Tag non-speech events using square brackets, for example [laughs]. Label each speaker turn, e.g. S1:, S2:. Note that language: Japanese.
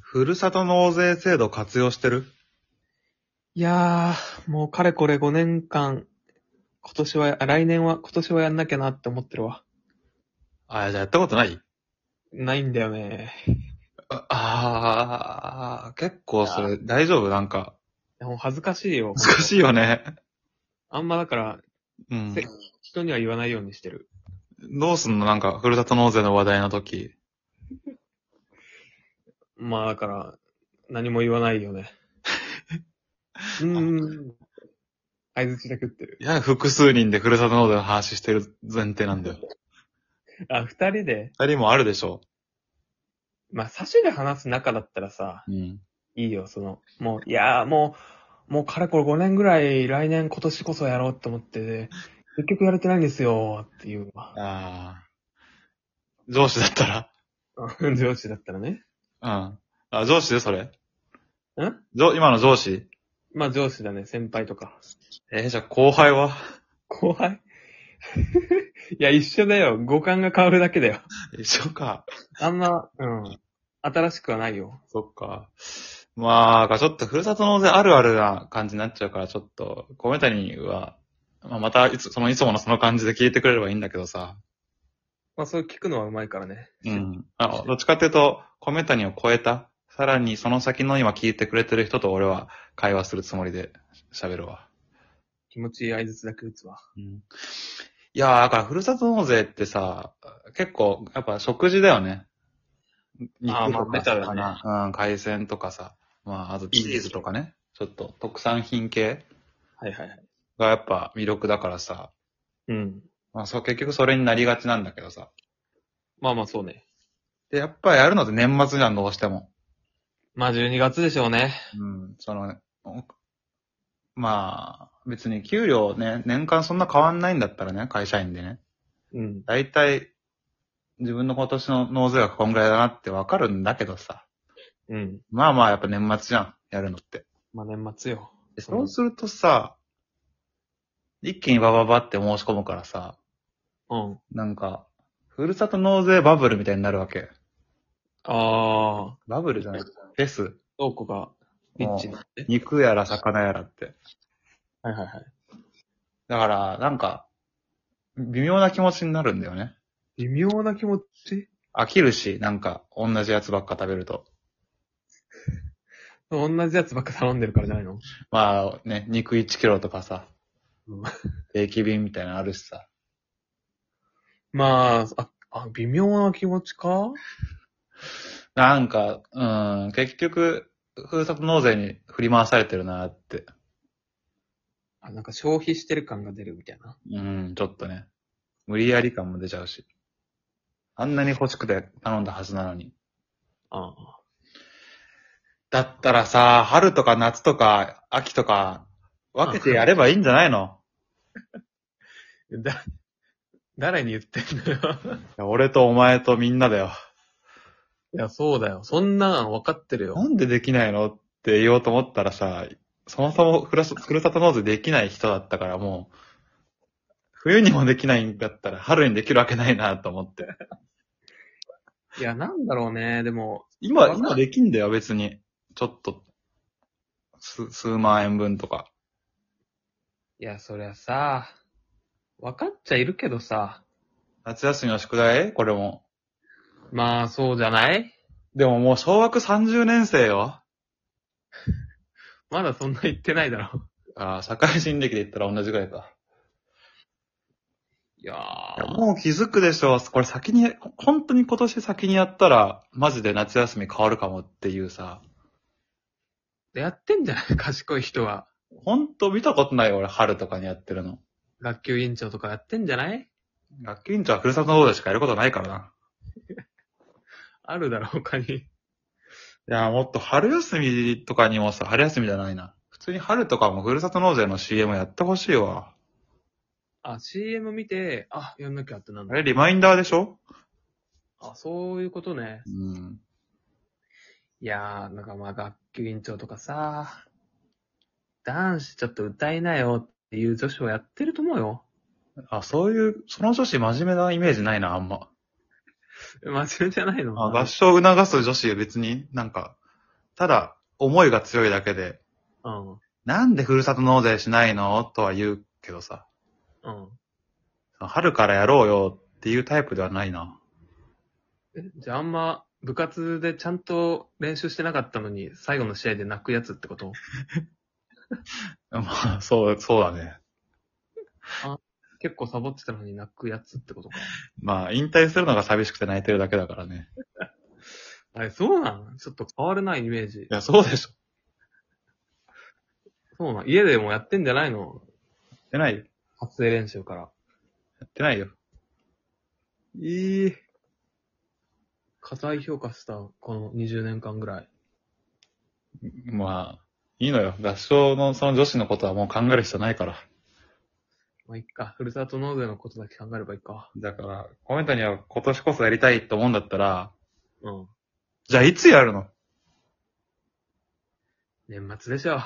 S1: ふるさと納税制度活用してる
S2: いやー、もうかれこれ5年間、今年は、あ来年は、今年はやんなきゃなって思ってるわ。
S1: あ、じゃあやったことない
S2: ないんだよね。
S1: ああー、結構それ大丈夫なんか。
S2: いやもう恥ずかしいよ。
S1: 難しいよね。
S2: あんまだから、
S1: うん
S2: せ。人には言わないようにしてる。
S1: どうすんのなんか、ふるさと納税の話題の時。
S2: まあだから、何も言わない
S1: [laughs]
S2: よね。うーん。相づちだけ打ってる。
S1: いや、複数人でふるさと納税の話してる前提なんだよ。
S2: あ、二人で、
S1: 二人もあるでしょ。
S2: まあ、サシで話す中だったらさ、
S1: うん。
S2: いいよ、その、もう、いやーもう、もうかれこれ5年ぐらい来年今年こそやろうと思って、結局やれてないんですよ、っていうわ。
S1: ああ。上司だったら
S2: うん [laughs] 上司だったらね。
S1: うん。あ、上司でそれ。ん
S2: ん
S1: 上、今の上司
S2: まあ上司だね、先輩とか。
S1: えーじゃあ後輩は
S2: 後輩 [laughs] いや、一緒だよ。五感が変わるだけだよ。
S1: [laughs] 一緒か。
S2: あんま、うん。新しくはないよ。
S1: そっか。まあ、ちょっとふるさと納税あるあるな感じになっちゃうから、ちょっと、米谷は、まあ、またいつ、そのいつものその感じで聞いてくれればいいんだけどさ。
S2: まあそう聞くのはうまいからね。
S1: うん。あどっちかっていうと、米谷を超えた、さらにその先の今聞いてくれてる人と俺は会話するつもりで喋るわ。
S2: 気持ちいい相槌だけ打つわ。
S1: うん。いやー、だからふるさと納税ってさ、結構、やっぱ食事だよね。
S2: あーまあベタだよね
S1: な。うん、海鮮とかさ。まあ、あとチーズとかね。ちょっと特産品系
S2: はいはいはい。
S1: がやっぱ魅力だからさ。
S2: うん。
S1: まあ、そう、結局それになりがちなんだけどさ。
S2: まあまあそうね。
S1: で、やっぱやるのって年末じゃん、どうしても。
S2: まあ12月でしょうね。
S1: うん、その、おまあ、別に給料ね、年間そんな変わんないんだったらね、会社員でね。
S2: うん。
S1: だいたい、自分の今年の納税額こんぐらいだなってわかるんだけどさ。
S2: うん。
S1: まあまあ、やっぱ年末じゃん、やるのって。
S2: まあ年末よ。
S1: でそうするとさ、一気にバババって申し込むからさ、
S2: うん。
S1: なんか、ふるさと納税バブルみたいになるわけ。
S2: ああ、
S1: バブルじゃないフェス。
S2: どこが、リッチになって。
S1: 肉やら魚やらって。
S2: はいはいはい。
S1: だから、なんか、微妙な気持ちになるんだよね。
S2: 微妙な気持ち
S1: 飽きるし、なんか、同じやつばっか食べると。
S2: 同じやつばっか頼んでるからじゃないの
S1: まあね、肉1キロとかさ
S2: うん、
S1: 定期便みたいなのあるしさ。
S2: まあ、あ、あ、微妙な気持ちか
S1: なんか、うん、結局、ふるさと納税に振り回されてるなって。
S2: あ、なんか消費してる感が出るみたいな。
S1: うん、ちょっとね。無理やり感も出ちゃうし。あんなに欲しくて頼んだはずなのに。
S2: ああ。
S1: だったらさ、春とか夏とか秋とか、分けてやればいいんじゃないの
S2: だ、誰に言ってんだよ。
S1: い
S2: [laughs]
S1: や俺とお前とみんなだよ。
S2: いや、そうだよ。そんなん分かってるよ
S1: な。んでできないのって言おうと思ったらさ、そもそもふらさふるさと納税できない人だったからもう、冬にもできないんだったら春にできるわけないなと思って。
S2: いや、なんだろうね。でも、
S1: 今、
S2: わかんない
S1: 今できんだよ別に。ちょっと、数、数万円分とか。
S2: いや、そりゃさ、分かっちゃいるけどさ。
S1: 夏休みの宿題これも。
S2: まあ、そうじゃない
S1: でももう小学30年生よ。
S2: まだそんな言ってないだろ。
S1: ああ、社会人歴で言ったら同じぐらいか。
S2: いや
S1: いや
S2: ー。
S1: もう気づくでしょ。これ先に、本当に今年先にやったら、マジで夏休み変わるかもっていうさ。
S2: やってんじゃない賢い人は。
S1: ほんと見たことないよ、俺、春とかにやってるの。
S2: 学級委員長とかやってんじゃない
S1: 学級委員長はふるさと納税しかやることないからな。
S2: あるだ [laughs] ろ、他に。
S1: いや、もっと春休みとかにもさ、春休みじゃないな。普通に春とかもふるさと納税の CM やってほしいわ。
S2: あ、CM 見て、あ、やんなきゃってなん
S1: あ
S2: だ。
S1: れ、リマインダーでしょ
S2: あ、そういうことね。
S1: うん。
S2: いやー、なんかまあ学級委員長とかさ、男子ちょっと歌いなよっていう女子をやってると思うよ。 [laughs]
S1: あ、そういう、その女子真面目なイメージないな、あんま。
S2: 真面目じゃないの
S1: あ合唱促す女子別になんか、ただ、思いが強いだけで、
S2: うん。
S1: なんでふるさと納税しないのとは言うけどさ、
S2: うん。
S1: 春からやろうよっていうタイプではないな。
S2: え、じゃああんま部活でちゃんと練習してなかったのに、最後の試合で泣くやつってこと
S1: [laughs] まあ、そう、そうだね。
S2: 結構サボってたのに泣くやつってことか。
S1: まあ、引退するのが寂しくて泣いてるだけだからね。
S2: あれ、そうなんちょっと変われないイメージ
S1: い。や、そうでしょ。
S2: そうなん家でもやってんじゃないの
S1: やってないよ。
S2: 発声練習から。
S1: やってないよ。
S2: ええ過大評価した、この20年間ぐらい。
S1: まあ、いいのよ。合唱のその女子のことはもう考える必要ないから。
S2: まあ、いっか。ふるさと納税のことだけ考えればいいか。
S1: だから、コメントには今年こそやりたいと思うんだったら、
S2: うん。
S1: じゃあいつやるの
S2: 年末でしょ。